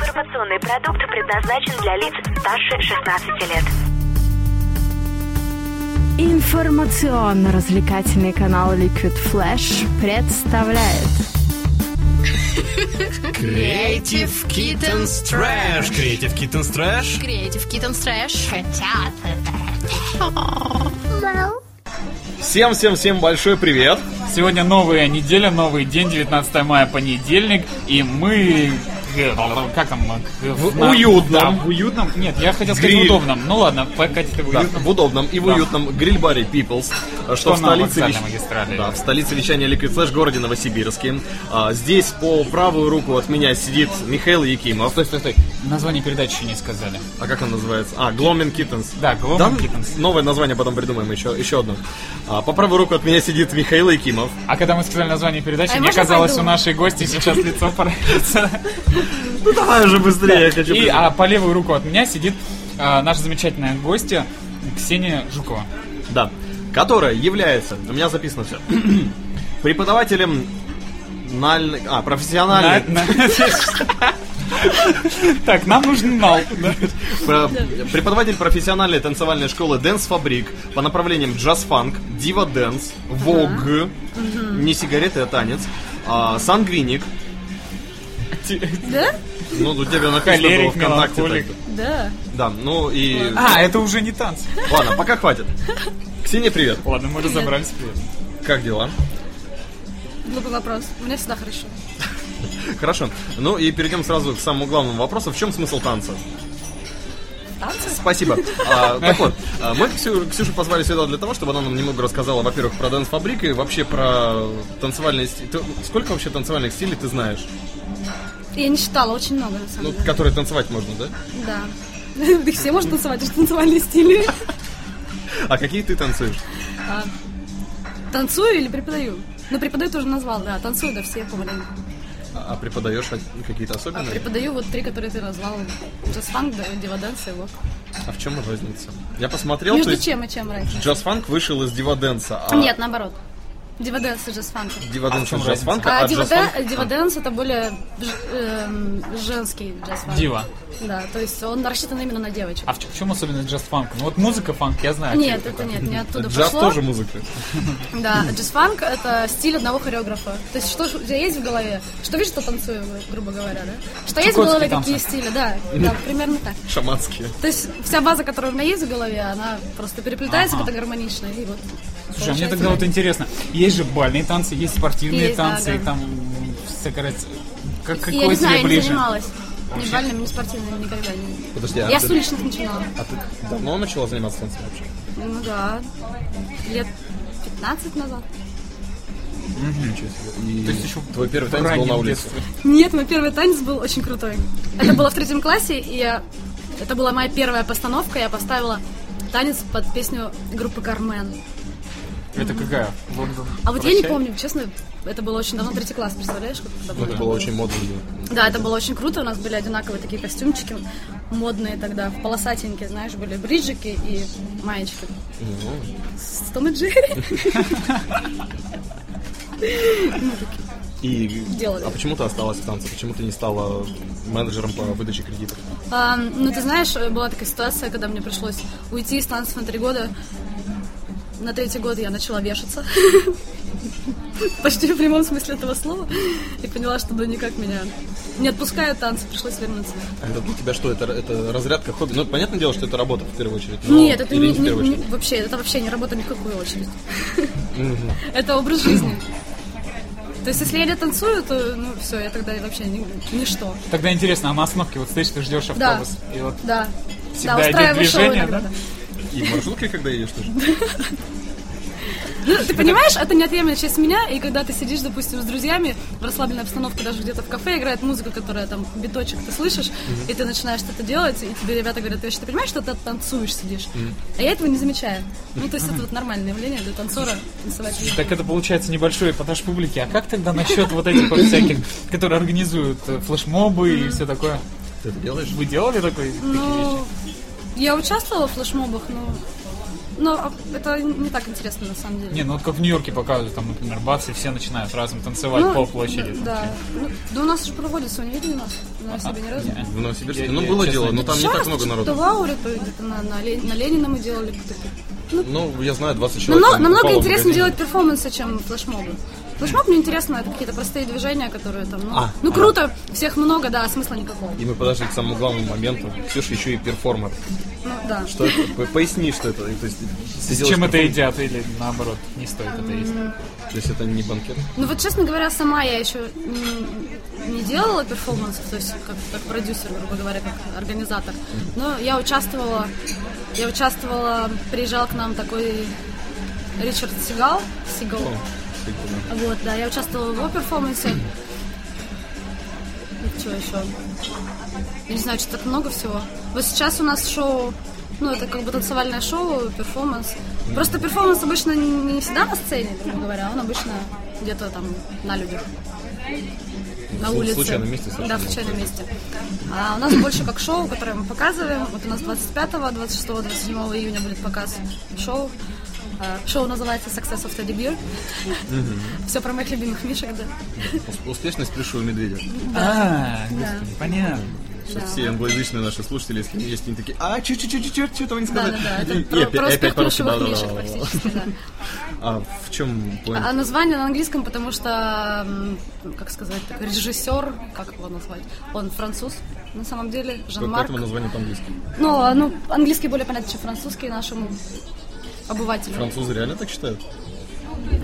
информационный продукт предназначен для лиц старше 16 лет. Информационно-развлекательный канал Liquid Flash представляет Creative Kittens Trash. Creative Kittens Trash. Креатив Kittens Трэш. Всем-всем-всем большой привет. Сегодня новая неделя, новый день, 19 мая, понедельник, и мы... э, Как там? э, в- В уютном. Да, в уютном. Нет, я хотел сказать в Гриль. удобном. Ну ладно, пока ты в Да, уютном. в удобном и в Да. уютном гриль-баре Peoples, что, в на столице, вокзальной вещ- магистрали. да, в столице вещания Liquid Flash, городе Новосибирске. А, здесь по правую руку от меня сидит Михаил Якимов. Стой, стой, стой. Название передачи еще не сказали. А как он называется? А, Gloaming Kittens. Да, Gloaming Да? Kittens. Новое название потом придумаем, еще, еще одно. А, по правую руку от меня сидит Михаил Якимов. А когда мы сказали название передачи, А мне можно казалось, пойду? у нашей гости сейчас лицо порвется. Ну давай уже быстрее, я хочу... И а, по левую руку от меня сидит а, наша замечательная гостья Ксения Жукова. Да. Которая является, у меня записано все, преподавателем нальной- а, профессиональной, На- на- Так, нам нужен нал. Про- Преподаватель профессиональной танцевальной школы Dance Фабрик по направлениям джаз-фанк, дива дэнс, вог, не сигареты, а танец, а, сангвиник. Да? Ну, у тебя написано было Холерик, ВКонтакте. меланхолик. так. Да. Да, ну и... А, это уже не танцы. Ладно, пока хватит. Ксения, привет. Ладно, мы разобрались. Привет. Как дела? Глупый вопрос. У меня всегда хорошо. Хорошо. Ну и перейдем сразу к самому главному вопросу. В чем смысл танца? Танцы? Спасибо. А, так вот, а, мы Ксю- Ксюшу позвали сюда для того, чтобы она нам немного рассказала, во-первых, про Дэнс Фабрик и вообще про танцевальные стили. Сколько вообще танцевальных стилей ты знаешь? Я не считала, очень много на самом Ну, деле. которые танцевать можно, да? Да. Ты все можешь танцевать, уж танцевальные стили. А какие ты танцуешь? А, Танцую или преподаю? Ну, преподаю тоже назвал, да. Танцую, да, все помаленьку. А а преподаешь о- какие-то А особенные? преподаю вот три, которые ты назвал. Джаз-фанк, да, дива-данс и вок. А в чем разница? Я посмотрел, то Между есть чем и чем разница? джаз-фанк вышел из дива-дэнса. а Нет, наоборот. Дива-данс и джаз-фанк. Дива-дэнс А в из чем джаз-фанка, А, а дива- джаз-фанк... да- дива-данс это более ж- эм, женский джаз-фанк. Дива. Да, то есть он рассчитан именно на девочек. А типа в чем, особенность джаз-фанка? Ну вот музыка фанк, я знаю. а Нет, что это нет, не оттуда Джаз пошло. тоже музыка. Да, джаз-фанк — это стиль одного хореографа. То есть что ж у тебя есть в голове? Что видишь, что танцую, грубо говоря, да? Что есть в голове, Чукотские какие стили, да. Да, примерно так. Шаманские. То есть вся база, которая у меня есть в голове, она просто переплетается Ага. как-то гармонично. И вот Слушай, а мне получается тогда вот так. интересно. Есть же бальные танцы, есть спортивные Есть, да, танцы, да. и там м, всякая раз- Как, какой И Я не тебе знаю, я не ближе? занималась. Ни бальными, ни спортивными никогда не. Подожди, а Я ты- с уличных начинала. а ты давно начала заниматься танцем вообще? Ну да. Лет 15 назад. Ничего себе. И То есть еще твой первый в танец был раннем на улице? детстве. Нет, мой первый танец был очень крутой. Это было в третьем классе, и я- это была моя первая постановка. Я поставила танец под песню группы Кармен. Это какая? Ну, Лондон. А вот я не помню, честно, это было очень давно, третий класс, представляешь? как это Ну, это было? было очень модно. было. Да, это было очень круто, у нас были одинаковые такие костюмчики модные тогда, полосатенькие, знаешь, были бриджики и маечки. С Том и Джерри. И... Делали. А почему ты осталась в танце? Почему ты не стала менеджером по выдаче кредитов? А, ну, ты знаешь, была такая ситуация, когда мне пришлось уйти из танцев на три года. На третий год я начала вешаться. Почти в прямом смысле этого слова. И поняла, что ну никак меня не отпускают танцы, пришлось вернуться. А Это для тебя что? Это, это разрядка хобби? Ну, понятное дело, что это работа в первую очередь. Ну, но- Нет, это или не, не в первую не- не- очередь. вообще, это вообще не работа ни в какую очередь. это образ жизни. То есть, если я не танцую, то ну все, я тогда вообще ни- ничто. Тогда интересно, а на остановке вот стоишь, ты ждешь Да. автобус. И вот Да. Всегда да, идет устраиваю шоу движение, иногда. да? да. И в маршрутке, когда едешь, тоже? Ну, ты понимаешь, это неотъемлемая часть меня, и когда ты сидишь, допустим, с друзьями в расслабленной обстановке, даже где-то в кафе, играет музыка, которая там биточек ты слышишь, и ты начинаешь что-то делать, и тебе ребята говорят, ты вообще ты понимаешь, что ты танцуешь, сидишь? А я этого не замечаю. Ну, то есть это вот нормальное явление для танцора, танцевать. так это получается небольшой эпатаж публики. А как тогда насчет вот этих вот всяких, которые организуют э, флешмобы и все такое? Ты это делаешь? Вы делали такой, такие вещи? Ну, я участвовала в флешмобах, но Но это не так интересно на самом деле. Не, ну вот как в Нью-Йорке показывают, там, например, бац, и все начинают разом танцевать Ну, по площади. там, типа. Да. Ну, да у нас же проводится, вы не видели нас? У нас себе ни разу. не. В Новосибирске. Я- Ну, я, было честно, дело, но не- там не так много что-то в народу. Ауре, то где-то на, на, Ле- на Ленина мы делали. какие-то. Ну, я знаю, 20 человек. Намного, намного упало в интересно магазин. делать перформансы, чем флешмобы. Флешмоб мне интересно, это какие-то простые движения, которые там, ну, А, ну а. круто, всех много, да, а смысла никакого. И мы подошли к самому главному моменту. Ксюша еще и перформер. Ну, да. Что это? П- Поясни, что это. То есть, ты С делаешь чем это перформер, едят или наоборот, не стоит это есть. То есть это не банкет? Ну вот, честно говоря, сама я еще не, не делала перформансов, то есть как, как продюсер, грубо говоря, как организатор. Но я участвовала, я участвовала, приезжал к нам такой Ричард Сигал, Сигал. А, Вот, да, я участвовала в его перформансе. И чего еще? Я не знаю, что так много всего. Вот сейчас у нас шоу, ну, это как бы танцевальное шоу, перформанс. Просто перформанс обычно не не всегда на сцене, грубо говоря, он обычно где-то там на людях. На В улице. случайном месте совершенно. Да, в случайном месте. А у нас больше как шоу, которое мы показываем. Вот у нас 25, 26, 27 июня будет показ шоу. Э, Шоу называется Success of Teddy Bear. Все про моих любимых мишек, да. Ус- Успешность пришу у медведя. А, господи, понятно. Чтоб все англоязычные наши слушатели, если есть, они такие, а, чё чё чё чё чё чё этого не Да, сказали? да, да. И- и Это опя- про, про опять успех по-русски, плюшевых да-да-да. мишек практически, да. А в чем А план? название на английском, потому что, м, как сказать, так, режиссер, как его назвать, он француз, на самом деле, Жан-Марк. Поэтому название по-английски. Ну, а, ну, английский более понятен, чем французский нашему обывателю. Французы реально так считают?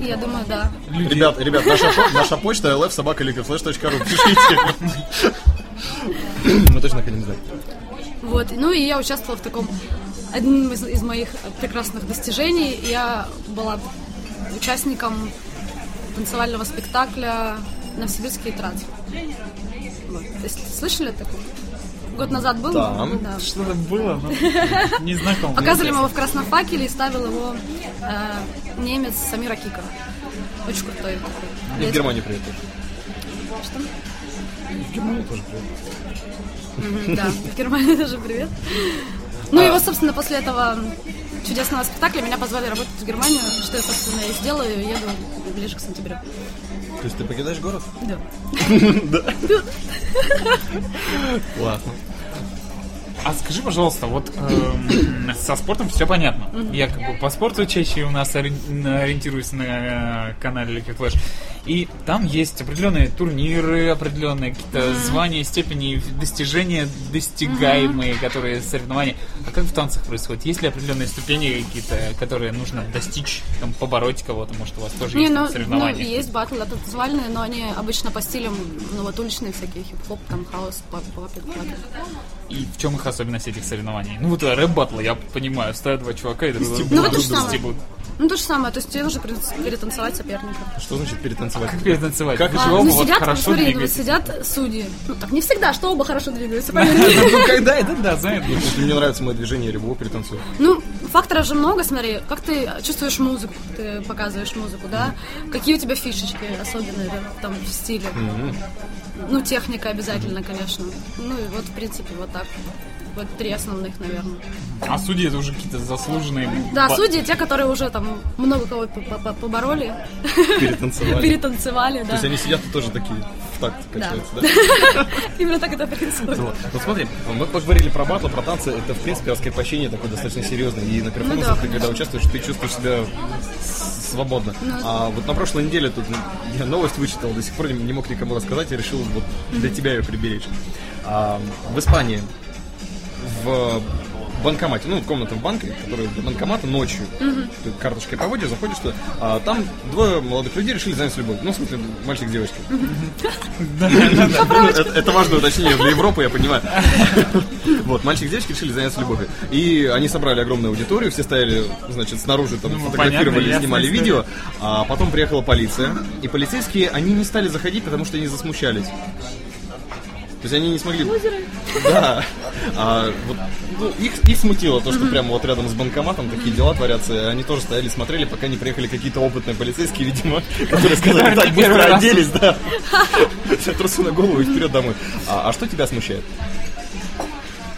Я думаю, да. Ребят, ребят, наша, по- наша почта lfsobakalikaflash.ru. Пишите. Мы точно хотим знать. Вот, ну и я участвовала в таком, одним из, из моих прекрасных достижений, я была участником танцевального спектакля «Новосибирский транс». Вот. То есть Слышали такое? Год назад был? Да. да. Что-то было, но не знакомо. Показывали мы его в красном факеле и ставил его э, немец Самира Кика. Очень крутой такой. И Я в Германии приехали. Да, в Германии тоже привет. Ну, его, собственно, после этого чудесного спектакля меня позвали работать в Германию, что я, собственно, и сделаю, и еду ближе к сентябрю. То есть ты покидаешь город? Да. Классно. А скажи, пожалуйста, вот эм, со спортом все понятно. Я как бы по спорту чаще у нас ори- ориентируюсь на э, канале Liquid Flash. И там есть определенные турниры, определенные какие-то звания, степени, достижения достигаемые, которые соревнования. А как в танцах происходит? Есть ли определенные ступени какие-то, которые нужно достичь, там, побороть кого-то? Может, у вас тоже Не, есть ну, там ну, соревнования? есть батлы, да, танцевальные, но они обычно по стилям, ну, вот уличные всякие, хип-хоп, там, хаос, пап, папик, папик. И в чем их особенность этих соревнований? Ну вот э, рэп-батлы, я понимаю, стоят два чувака и друг друга Ну, друг вот то же друга самое. стебут. Ну, то же самое, то есть тебе нужно пере- перетанцевать соперника. Что значит перетанцевать? перетанцевать? Как Вы это? же А, оба ну, вот сидят, хорошо типа? смотри, ну, вот двигаетесь. сидят судьи. Ну, так не всегда, что оба хорошо двигаются, поверь. Ну, когда это, да, знаю. Мне нравится мое движение ребро перетанцуй. Ну, факторов же много, смотри, как ты чувствуешь музыку, как ты показываешь музыку, да? Какие у тебя фишечки особенные да, там в стиле? Ну, техника обязательно, конечно. Ну и вот, в принципе, вот так. Вот три основных, наверное. А судьи это уже какие-то заслуженные. Да, ба- судьи, те, которые уже там много кого по- по- по- побороли, Перетанцевать. перетанцевали, То да. есть они сидят и тоже такие в такт качаются, да? Именно так это происходит. Вот. Ну смотри, мы поговорили про батлы, про танцы. Это, в принципе, раскрепощение такое достаточно серьезное. И на перформансах Ну да, ты, конечно. Ну когда участвуешь, ты чувствуешь себя с- свободно. А вот на прошлой неделе тут ну, я новость вычитал, до сих пор не, не мог никому рассказать и решил вот для тебя ее приберечь. А, в Испании в банкомате, ну, в комнатном банке, который для банкомата ночью. Ты карточкой проводишь, заходишь туда. А там двое молодых людей решили заняться любовью. Ну, в смысле, мальчик с девочкой. Ну, Это это важное уточнение для Европы, я понимаю. Вот, мальчик и девочки решили заняться любовью. И они собрали огромную аудиторию, все стояли, значит, снаружи, там, Ну, фотографировали, понятно, снимали ясная видео. А потом приехала полиция, и полицейские, они не стали заходить, потому что они засмущались. То есть они не смогли... Да. А, вот, ну, их, их смутило то, что прямо вот рядом с банкоматом такие дела творятся. И Они тоже стояли, смотрели, пока не приехали какие-то опытные полицейские, видимо, которые сказали, Которые так не первый быстро раз оделись, да. Все трусы на голову и вперед домой. А, а что тебя смущает?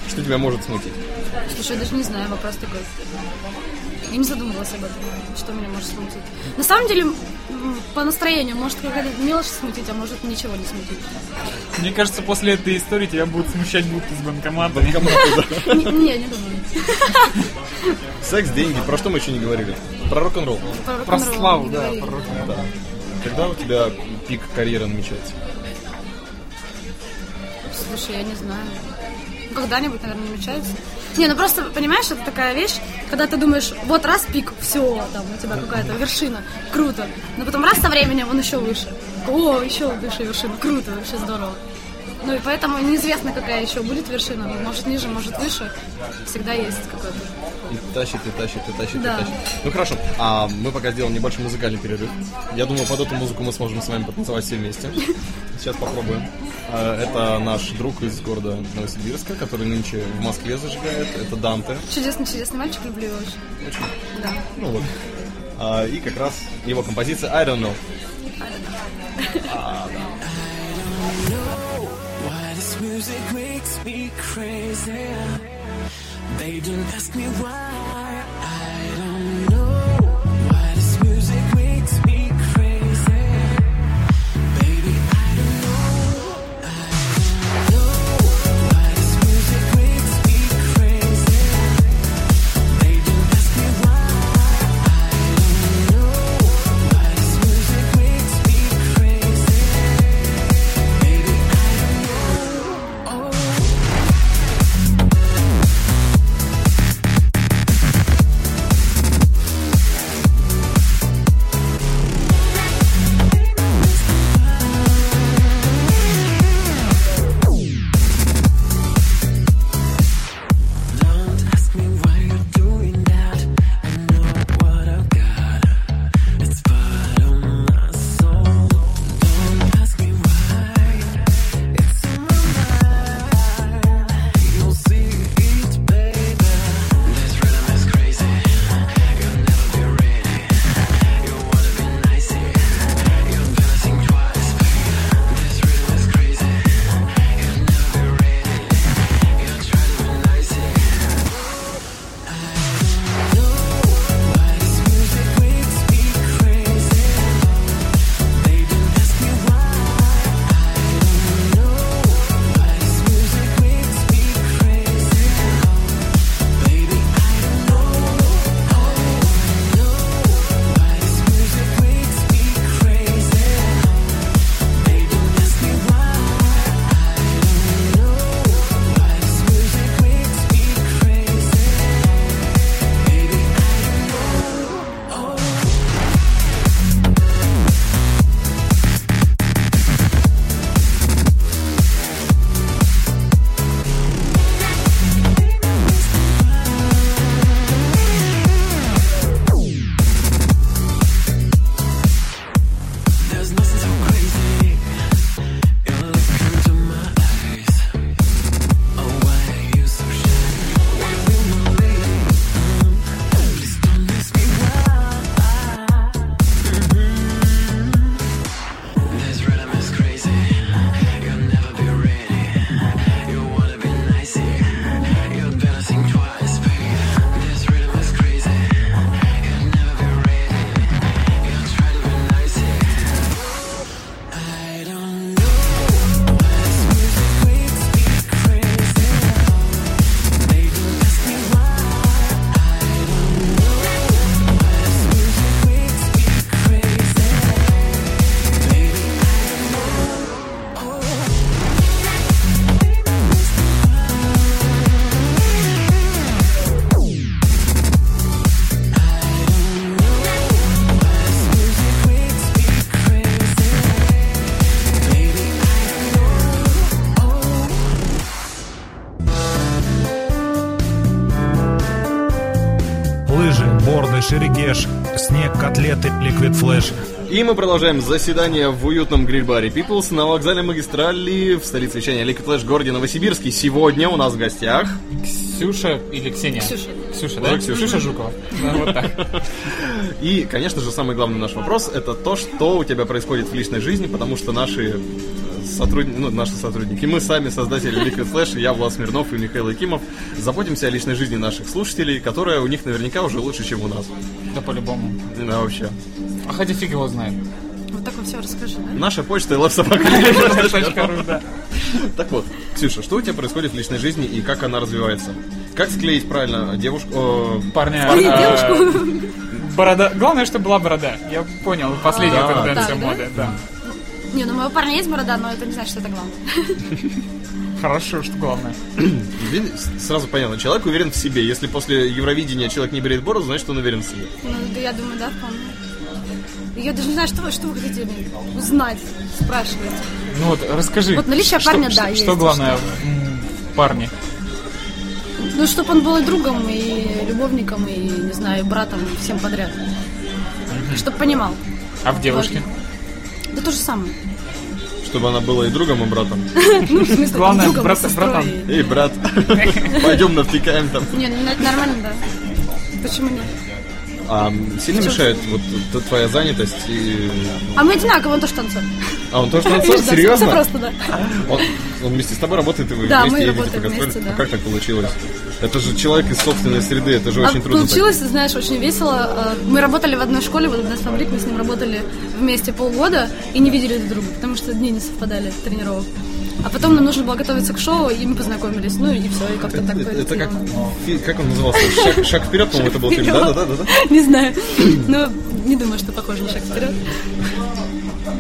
Что тебя может смутить? Слушай, я даже не знаю, вопрос такой. Я не задумывалась об этом, что меня может смутить. На самом деле, м, по настроению, может какая-то мелочь смутить, а может ничего не смутить. Мне кажется, после этой истории тебя будут смущать будто с банкоматами. Н- Не, не думаю. Секс, деньги, про что мы еще не говорили? Про рок-н-ролл. Про рок-н-ролл славу, не да, говори. про рок Да. Когда у тебя пик карьеры намечается? Слушай, я не знаю. Ну, Когда-нибудь, наверное, намечается. Не, ну просто, понимаешь, это такая вещь, когда ты думаешь, вот раз пик, все, там у тебя какая-то вершина, круто. Но потом раз со временем он еще выше. О, еще выше вершина, круто, вообще здорово. Ну и поэтому неизвестно, какая еще будет вершина. Может ниже, может выше. Всегда есть какой-то. И тащит, и тащит, и тащит, Да. и тащит. Ну хорошо, а мы пока сделаем небольшой музыкальный перерыв. Я думаю, под эту музыку мы сможем с вами потанцевать все вместе. Сейчас попробуем. А, Это наш друг из города Новосибирска, который нынче в Москве зажигает. Это Данте. Чудесный, чудесный мальчик, люблю его очень. Да. Ну вот. А, И как раз его композиция I don't know. Why this music makes me crazy? They don't ask me why. I don't know. Why this music makes me crazy? Baby, I don't know. I don't know. Why this music makes me crazy? They don't ask me why. I don't know. Why this music makes me crazy? Baby, I don't know. Oh. Don't ask me why you're doing that. I know what I've got. It's part of my soul. Don't ask me why. It's in my mind. You'll see it, baby. This rhythm is crazy. You'll never be ready. You wanna be nicey. You're gonna think twice, baby. This rhythm is crazy. You'll never be ready. You're trying to be nicey. Why this music makes me crazy? They don't ask me why. I don't know. Why this music makes me crazy? Baby, I don't know. I don't know. Why this music makes me crazy? They don't ask me why. I don't know. Why this music makes me crazy? Baby, There's nothing so crazy. Your look into my eyes. Oh, why are you so shy? Why you my lady? Mm, Please don't ask me why. Mhm. This rhythm is crazy. You'll never be ready. You wanna be nicey. You'd better think twice, baby. This rhythm is crazy. You'll never be ready. You'll try to be nicey. I don't know why this music makes me crazy. They don't ask me why. I don't know why this music makes me crazy. Baby, I don't know. Oh. Лыжи, борды, шерегеш, снег, котлеты, ликвид флэш. И мы продолжаем заседание в уютном гриль-баре Peoples на вокзале магистрали в столице вещания Liquid Flash в городе Новосибирске. Сегодня у нас в гостях Ксюша или Ксения? Ксюша. Ксюша, Уже да? Ксюша. Жукова. Да, вот так. И, конечно же, самый главный наш вопрос это то, что у тебя происходит в личной жизни, потому что наши э, сотрудники, ну, наши сотрудники, мы сами, создатели Liquid Flash, и я, Влад Смирнов и Михаил Якимов, заботимся о личной жизни наших слушателей, которая у них наверняка уже лучше, чем у нас. Да по-любому. Да, вообще. А хотя фиг его знает. Вот так вот все расскажи, да? Наша почта LabSobaka. Так вот, Ксюша, что у тебя происходит в личной жизни и как она развивается? Как склеить правильно девушку? э, Парня. Ой, э, девушку. Борода. Главное, чтобы была борода. Я понял, последняя Да. тенденция Так, да? моды. Да. Не, ну у моего парня есть борода, но это не значит, что это главное. Хорошо, что главное. блин, с- Сразу понятно, человек уверен в себе. Если после Евровидения человек не берет бороду, значит он уверен в себе. Ну, да, я думаю, да, вполне. Я даже не знаю, что вы, что вы хотите узнать, спрашивать. Ну вот, расскажи. Вот наличие что- парня, что- да, Что есть, главное м, в парне? Ну, чтобы он был и другом, и любовником, и, не знаю, и братом, и всем подряд. Чтобы понимал. А в девушке? Да то же самое. Чтобы она была и другом, и братом. Ну, в смысле, там, Главное, другом, брат- и сестрой. братан. Эй, брат, пойдем навтекаем там. Не, ну это нормально, да. Почему нет? А сильно мешает вот т- твоя занятость и... А мы одинаково, он тоже танцует. А он тоже Видишь, танцор? да, всё- всё Серьезно? просто, да. Он, он вместе с тобой работает, и вы Да, мы вместе едете работаем по гастролям? вместе, да. А как так получилось? Это же человек из собственной среды, это же очень а трудно. так. получилось, ты знаешь, очень весело. Э, Мы работали в одной школе, вот у нас фабрик, мы с ним работали вместе полгода и не видели друг друга, потому что дни не совпадали тренировок. А потом нам нужно было готовиться к шоу, и мы познакомились. Ну и все, и как-то так Это, это как, поэтапно. фи- как он назывался? Шаг, шаг вперед, по-моему, это был фильм. Да, да, да, да. Не знаю. Но не думаю, что похоже на шаг вперед.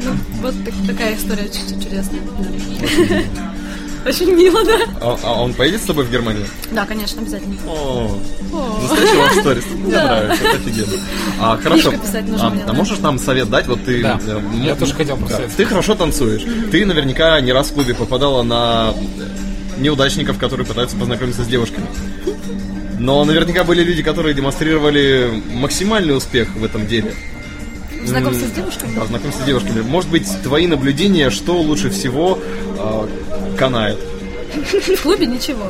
Ну, вот так- такая история чуть-чуть чудесная. да. Очень мило, да? А, а он поедет с тобой в Германию? Да, конечно, обязательно. О, настоящий лав сторис. Мне нравится, это офигенно. А, хорошо. Книжку писать нужно А, мне, а да. можешь нам совет дать? Вот ты. Да. э, м- Я тоже хотел Да. посоветовать. Ты хорошо танцуешь. Ты наверняка не раз в клубе попадала на э, неудачников, которые пытаются познакомиться с девушками. Но наверняка были люди, которые демонстрировали максимальный успех в этом деле. Знакомство с девушками? Да, знакомься с девушками. Может быть, твои наблюдения, что лучше всего э, канает? В клубе ничего.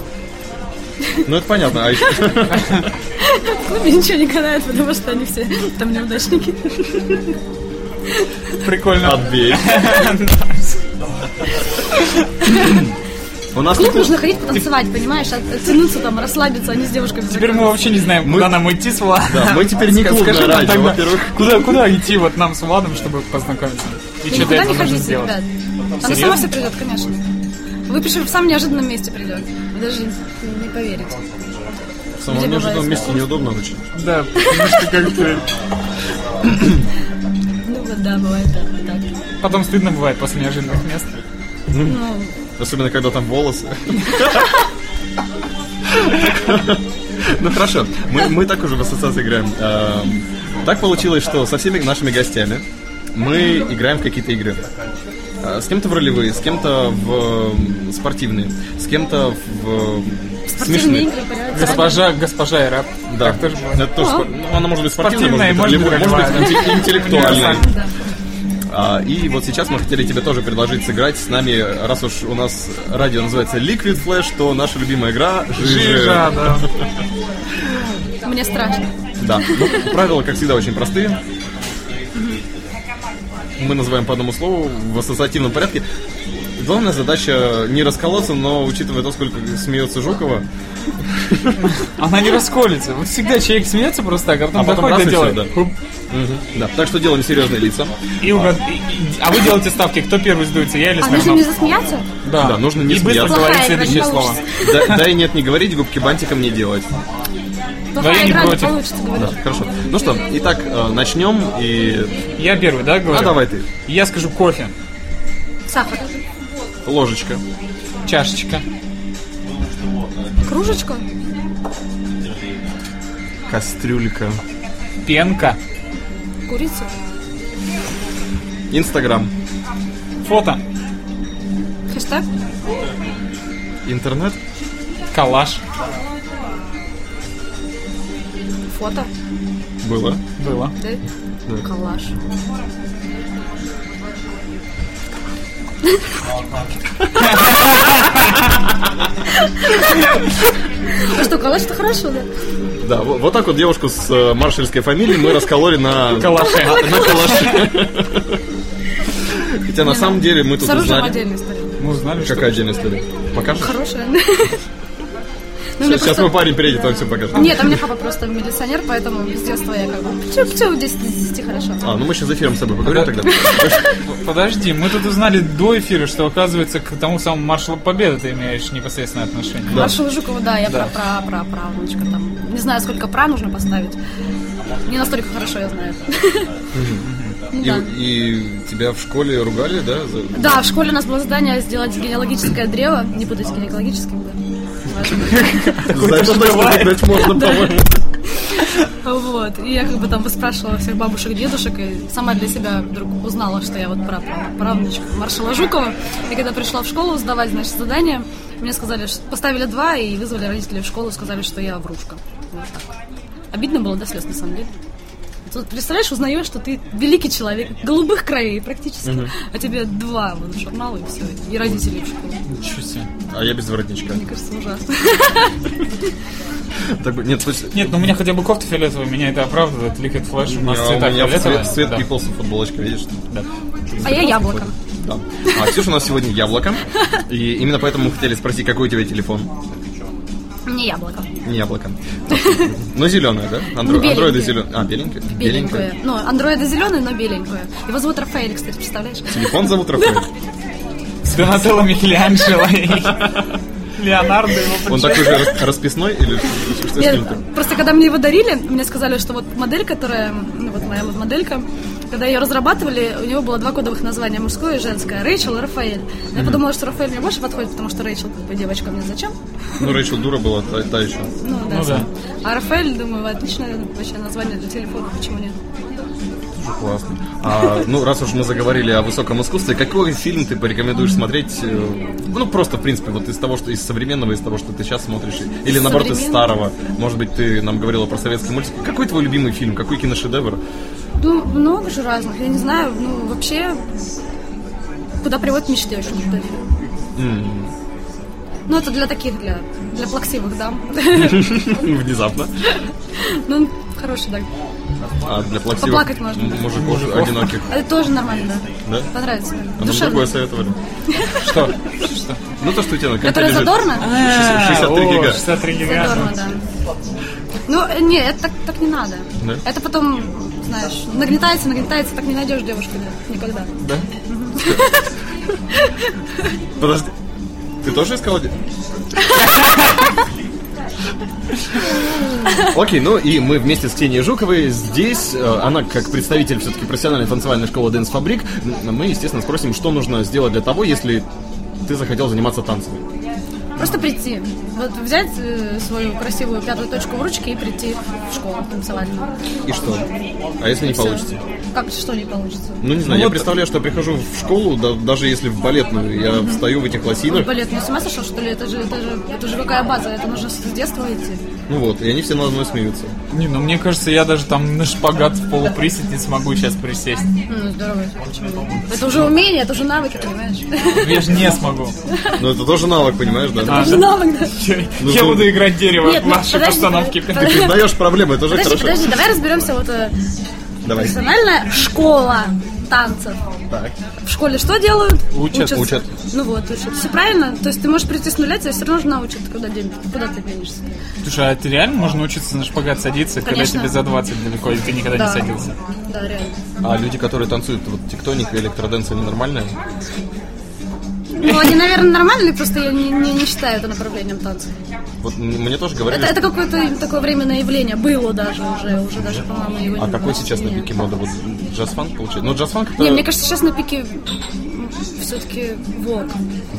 Ну, это понятно. А еще- В клубе ничего не канает, потому что они все там неудачники. Прикольно. Отбей. У нас В клуб нужно ходить потанцевать, понимаешь? От- Оттянуться там, расслабиться, а не с девушками. Теперь мы вообще не знаем, куда нам идти с Владом. Да, мы теперь не клубное Скажи нам радио, тогда, во-первых. Куда, куда идти вот нам с Владом, чтобы познакомиться? И что для Ну, Никуда этого не нужно ходите, сделать? ребят. Она сама все придет, конечно. Вы причем в самом неожиданном месте придет. Вы даже не поверите. В самом неожиданном месте неудобно очень. Да, потому что как-то... Ну вот да, бывает да, вот так. Потом стыдно бывает после неожиданных мест. Особенно, когда там волосы. Ну хорошо, мы, мы так уже в ассоциации играем. Эм, Так получилось, что со всеми нашими гостями мы играем в какие-то игры. Э, С кем-то в ролевые, с кем-то в эм, спортивные, с кем-то в эм, Спортивные смешные. игры, понимаете? Госпожа, госпожа и раб. Да, Так тоже бывает. это тоже спор- ну, она может быть спортивная, Спортивная, может быть, может быть, ролевой, может быть ролевая. инте- интеллектуальная. Да. А, и вот сейчас мы хотели тебе тоже предложить сыграть с нами, раз уж у нас радио называется Liquid Flash, то наша любимая игра Жижа, да. Мне страшно. А Да. Ну, правила, как всегда, очень простые. Мы называем по одному слову в ассоциативном порядке. Главная задача не расколоться, но учитывая то, сколько смеется Жукова, Она не расколется. Вот всегда человек смеется просто так, а потом, А потом доходит раз и и делает. всё, да. Хуп. да. Так что делаем серьезные лица. И угад- и- и- А вы делаете ставки, кто первый сдуется, я или А нужно мне Смирнов? засмеяться? Да, нужно не И быстро смеяться. говорить Плохая игра, не следующее слово. получится. Да, да и нет, не говорить, губки бантиком не делать. я Плохая не игра, не против. получится, Да, говорю. хорошо. Ну что, итак, э, начнем и... Я первый, да, говорю? А давай ты. Я скажу кофе, Сахар. Ложечка. чашечка, Кружечка? Кастрюлька. пенка, Курица? Инстаграм. фото, Хэштег? Интернет. калаш. Фото? Было. Было. Да? Калаш. А что, калаш-то хорошо, да? Да, во- вот, так вот девушку с э, маршальской фамилией мы раскололи на... Калаше. На калаши. Хотя на самом деле мы тут ну, С оружием узнали... отдельно история. Мы узнали, что... Какая отдельная история? Покажешь? Хорошая. Ну, мне Сейчас просто- мой парень приедет, он все покажет. Нет, а мне папа просто милиционер, поэтому с детства я как бы... Пчу, пчу, 10 из 10 хорошо. А, ну мы сейчас за эфиром с тобой поговорим тогда. Подожди, мы тут узнали до эфира, что, оказывается, к тому самому маршалу Победы ты имеешь непосредственное отношение. Маршал Жукова, да, я про про про правнучка там. Не знаю, сколько пра нужно поставить. Не настолько хорошо я знаю это. И, Да. и тебя в школе ругали, да? за- Да, в школе у нас было задание сделать генеалогическое древо. Не путать с генеалогическим, да. За это точно выгнать можно, по-моему. Вот. И я как бы там поспрашивала всех бабушек, дедушек, и сама для себя вдруг узнала, что я вот пра- пра- правнучка маршала Жукова. И когда пришла в школу сдавать, значит, задание, мне сказали, что поставили два, и вызвали родителей в школу, сказали, что я врушка. Вот так. Обидно было до слез, на самом деле. Тут, представляешь, узнаешь, что ты великий человек, голубых кровей практически, а тебе два вот журнала и все, и родители в школу. Ничего себе. А я без воротничка. Мне кажется, ужасно. Так бы- нет, слушай, Нет, ну у меня хотя бы кофта фиолетовая, меня это оправдывает. Liquid Flash у а у нас цвета меня в фиолетовые. цвет, цвет Да. Peoples футболочка, видишь? Да. А я яблоко. Да. А Ксюша у нас сегодня яблоко. И именно поэтому мы хотели спросить, какой у тебя телефон? Не яблоко. Не яблоко. Ну, зеленое, да? Андро- беленькое. Андроиды зеленые. А, беленькое? Беленькое. Ну, андроиды зеленые, но беленькое. Его зовут Рафаэль, кстати, представляешь? Телефон зовут Рафаэль. С Донателло Микеланджело и Леонардо его Он такой же рас- расписной или что с Нет, ним там? просто когда мне его дарили, мне сказали, что вот модель, которая, ну вот моя вот моделька, когда ее разрабатывали, у него было два кодовых названия, мужское и женское, Рэйчел и Рафаэль. Но Я подумала, что Рафаэль мне больше подходит, потому что Рэйчел, как бы, девочка, мне зачем? Ну, Рэйчел дура была, та, та еще. Ну, да. Ну да. А Рафаэль, думаю, отличное вообще название для телефона, почему нет? Классно. А, ну, раз уж мы заговорили о высоком искусстве, какой фильм ты порекомендуешь смотреть? э, Ну, просто, в принципе, вот из того, что из современного, из того, что ты сейчас смотришь, и- или наоборот, из Современного? старого. Может быть, ты нам говорила про советский мультик. Какой твой любимый фильм? Какой киношедевр? Ну, много же разных, я не знаю, ну, вообще, куда приводят мечты очень крутой фильм. Ну, это для таких, для, для плаксивых дам. Внезапно. Ну, он хороший, да. А для плаксивых Поплакать можно. м- мужиков одиноких. Это тоже нормально, да. Да? Понравится. мне. А нам Душевно. другое советовали. Что? Что? Ну, то, что у тебя на компе Которое лежит. задорно? 63 А, о, гига. 63 Задорно, гига. да. Ну, э, не, это так, так не надо. Да? Это потом, знаешь, нагнетается, нагнетается, так не найдешь девушку да, никогда. Да? Подожди. Ты тоже искал де- Окей, ну и мы вместе с Ксенией Жуковой здесь, э, она как представитель все-таки профессиональной танцевальной школы Dance Фабрик, мы, естественно, спросим, что нужно сделать для того, если ты захотел заниматься танцами. Просто прийти. Вот взять э, свою красивую пятую точку в ручке и прийти в школу танцевальную. И что? А если не Всё. получится? Как что не получится? Ну, не знаю, я представляю, что я прихожу в школу, да- даже если в балетную, я встаю в этих лосинах, Балет, ну с ума сошел, что ли? Это же, это же, это же какая база? Это нужно с детства идти. ну вот, и они все надо мной смеются. Не, ну мне кажется, я даже там на шпагат в полуприсед не смогу сейчас присесть. Ну, здорово. Это уже умение, это уже навыки, понимаешь? Я же не смогу. Но Ну, это тоже навык, понимаешь, да? А, Это навык, да. Я Ну, я ты- буду играть дерево Нет, в ну, вашей подожди, постановке. подожди. Ты признаешь проблемы, это уже Подожди, хорошо. подожди, давай разберемся. Вот э, Давай. профессиональная школа танцев. Так. В школе что делают? Учат. Учат. Ну вот, учат. Все правильно. То есть ты можешь прийти с нуля, тебя все равно научат, куда, ден- куда ты денешься. Слушай, а ты реально можно учиться на шпагат садиться, когда Конечно. тебе за 20 далеко, и ты никогда не Да. садился? Да, реально. А люди, которые танцуют вот тектоник и электроденс, они нормальные? Ну, они, наверное, нормальные, просто я не, не, не считаю это направлением танцев. Вот м- мне тоже говорили. Это, это какое-то такое временное явление. Было даже уже, уже даже, по-моему, его А не какой было. сейчас на Нет. пике мода? Вот джаз-фанк получается? Ну, джаз-фанк это Не, мне кажется, сейчас на пике все-таки вок.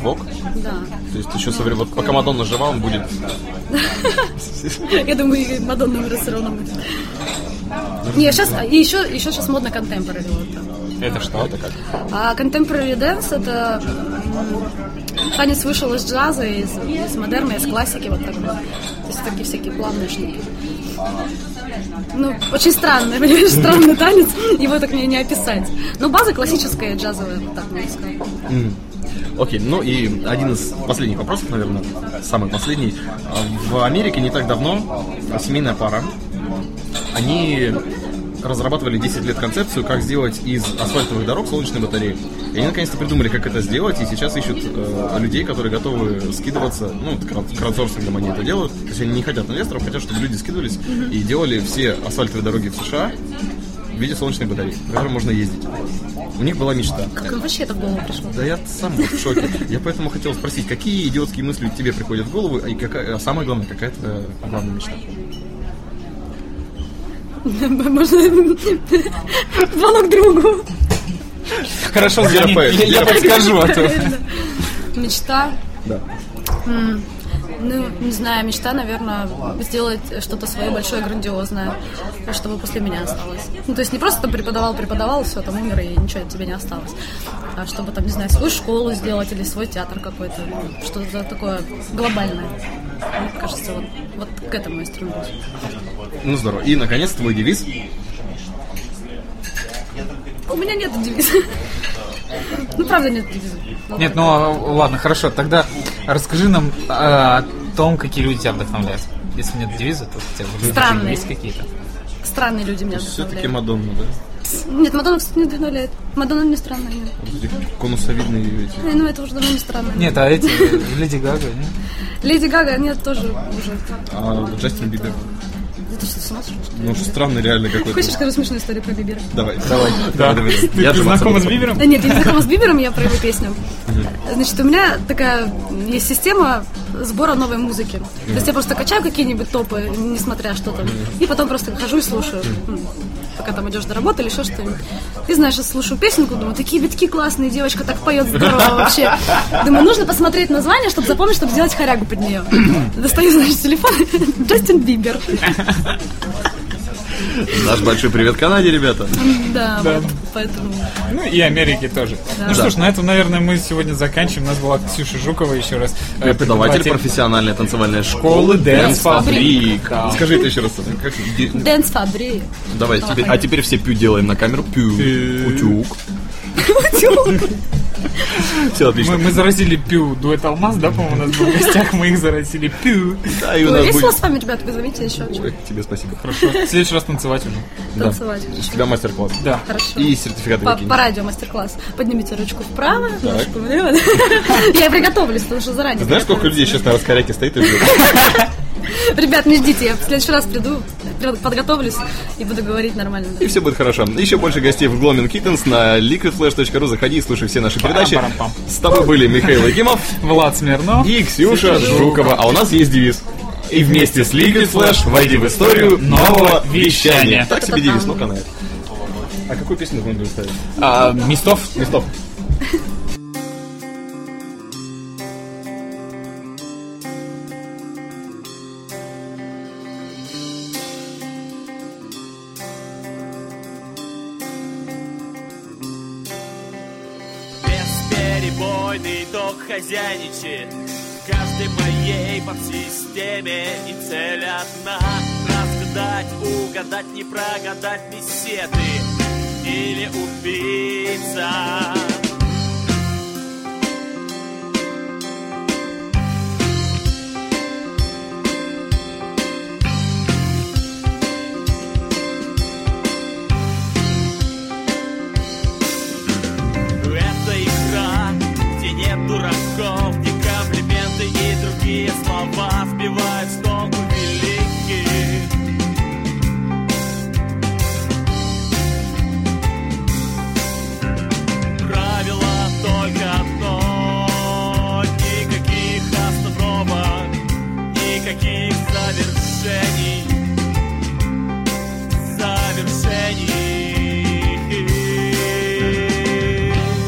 вок. Да. То есть еще совре- Вот пока Мадонна жива, он будет... Я думаю, и Мадонна умрет все равно. будет. Не, сейчас, а, и еще, еще сейчас модно контемпорари. Это что? Это как? А contemporary dance это м, танец вышел из джаза, из, из модерна, из классики, вот такой. То есть такие всякие плавные штуки. Ну, очень странный, понимаешь, странный танец, его так мне не описать. Но база классическая джазовая, вот так можно сказать. Окей, ну и один из последних вопросов, наверное, самый последний. А В Америке не так давно семейная пара, они разрабатывали 10 лет концепцию, как сделать из асфальтовых дорог солнечные батареи. И они наконец-то придумали, как это сделать, и сейчас ищут э, людей, которые готовы скидываться, ну, крау- краудсорсингом они это делают. То есть они не хотят инвесторов, хотят, чтобы люди скидывались и делали все асфальтовые дороги в США в виде солнечной батареи, по которой можно ездить. У них была мечта. Как вообще это в голову пришло? Да я сам вот в шоке. Я поэтому хотел спросить, какие идиотские мысли тебе приходят в голову, и какая, а самое главное, какая то главная мечта? Можно звонок другу. Хорошо, Я звони, я, поэт, я я подскажу, а то... Мечта. Да. Ну, не знаю, мечта, наверное, сделать что-то свое большое, грандиозное, чтобы после меня осталось. Ну, то есть не просто там преподавал, преподавал, все, там умер, и ничего от тебя не осталось. А чтобы там, не знаю, свою школу сделать или свой театр какой-то, что-то такое глобальное. Мне кажется, вот, вот к этому я стремлюсь. Ну здорово. И наконец твой девиз. У меня нет девиза. Ну, правда, нет девиза. Нет, ну а, ладно, хорошо, тогда расскажи нам а, о том, какие люди тебя вдохновляют. Если нет девиза, то хотя бы люди Странные. есть какие-то. Странные люди меня Все-таки вдохновляют. Мадонна, да? Нет, Мадонна, кстати, не вдохновляет. Мадонна не странная. нет. Вот эти конусовидные эти. Э, Ну, это уже давно не странно. Нет, а эти, э, Леди Гага, нет? Леди Гага, нет, тоже уже. А вот Джастин Бибер. Да ты что, с ума сошел? что ли? Ну что странный реально Хочешь, какой-то. скажу смешную историю про Бибера? Давай, давай. давай, давай. Ты, ты думал, знакома с сам- Бибером? Да нет, я не знакома с Бибером, я про его песню. Значит, у меня такая есть система сбора новой музыки. То есть я просто качаю какие-нибудь топы, несмотря что там, и потом просто хожу и слушаю. М, Пока там идешь до работы или еще что-нибудь. И знаешь, я слушаю песенку, думаю, такие битки классные, девочка так поет здорово вообще. Думаю, нужно посмотреть название, чтобы запомнить, чтобы сделать хорягу под нее. Достаю, значит, телефон. Джастин Бибер. Наш большой привет Канаде, ребята. Да, вот, поэтому... Ну и Америки тоже. Ну что ж, на этом, наверное, мы сегодня заканчиваем. У нас была Ксюша Жукова еще раз. э, Преподаватель профессиональной танцевальной школы школы Dance Dance Fabric. Fabric. Скажи это еще раз. как- где- Дэнс Фабри. Давай, теперь, а теперь все пью делаем на камеру. Пью. Утюг. Все Мы, отлично. мы заразили Пю дуэт Алмаз, да, по-моему, у нас был в гостях, мы их заразили Пю. Да, и у Ой, нас Весело будет... с вами, ребят, вызовите еще Ой, Тебе спасибо. Хорошо. В следующий раз танцевать уже. танцевать. У тебя мастер-класс. Да. Хорошо. И сертификаты По, какие по радио мастер-класс. Поднимите ручку вправо, ножку влево. Я приготовлюсь, потому что заранее. Знаешь, сколько людей сейчас на раскоряке стоит и ждет? Ребят, не ждите, я в следующий раз приду, при- подготовлюсь и буду говорить нормально. И все будет хорошо. Еще больше гостей в Gloaming Kittens на liquidflash.ru. Заходи и слушай все наши передачи. Парам-парам-пам. С тобой были Михаил Якимов Влад Смирнов. и Ксюша Жукова. А у нас есть девиз. И вместе с Liquid Flash войди в историю нового вещания. Так себе девиз, ну канает. А какую песню мы будем ставить? А, Мистов. Листов. Бесперебойный ток хозяйничает в Каждой моей подсистеме И цель одна Разгадать, угадать, не прогадать беседы Или убийца Это игра, где нет дураков, где комплименты и другие слова сбивают с толку великих. Правило только одно, никаких остановок, никаких завершений, завершений.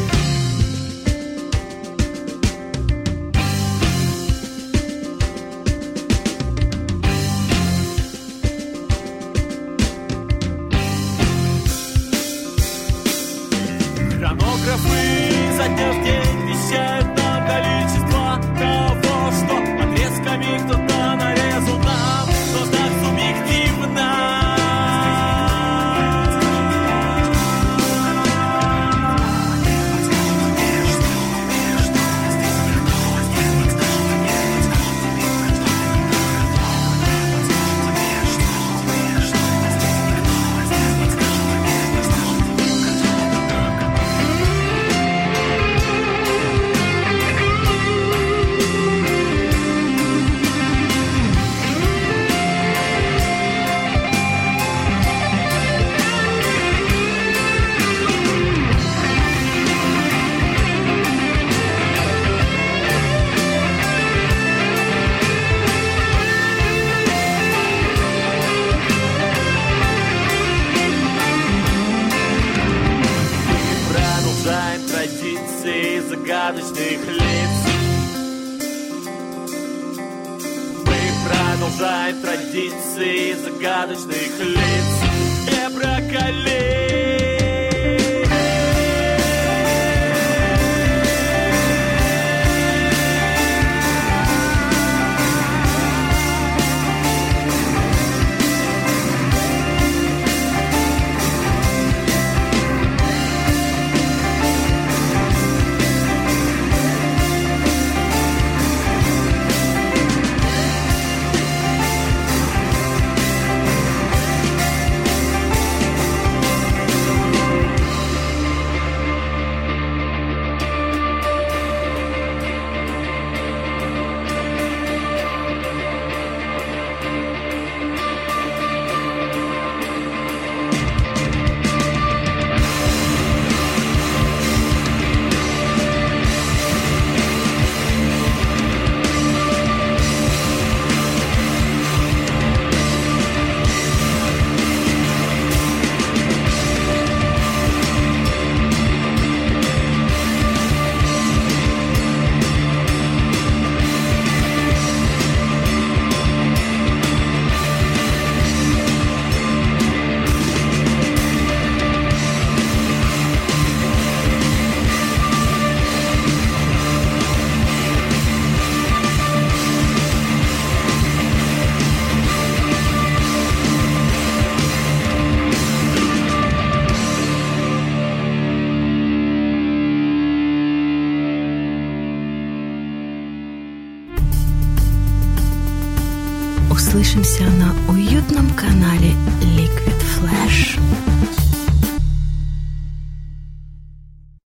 Хронографы за день в день вещают нам количество того, что отрезками кто-то нарезал нам, но так субъективно. продолжает традиции загадочных лиц и брокколи. Услышимся на уютном канале Лик.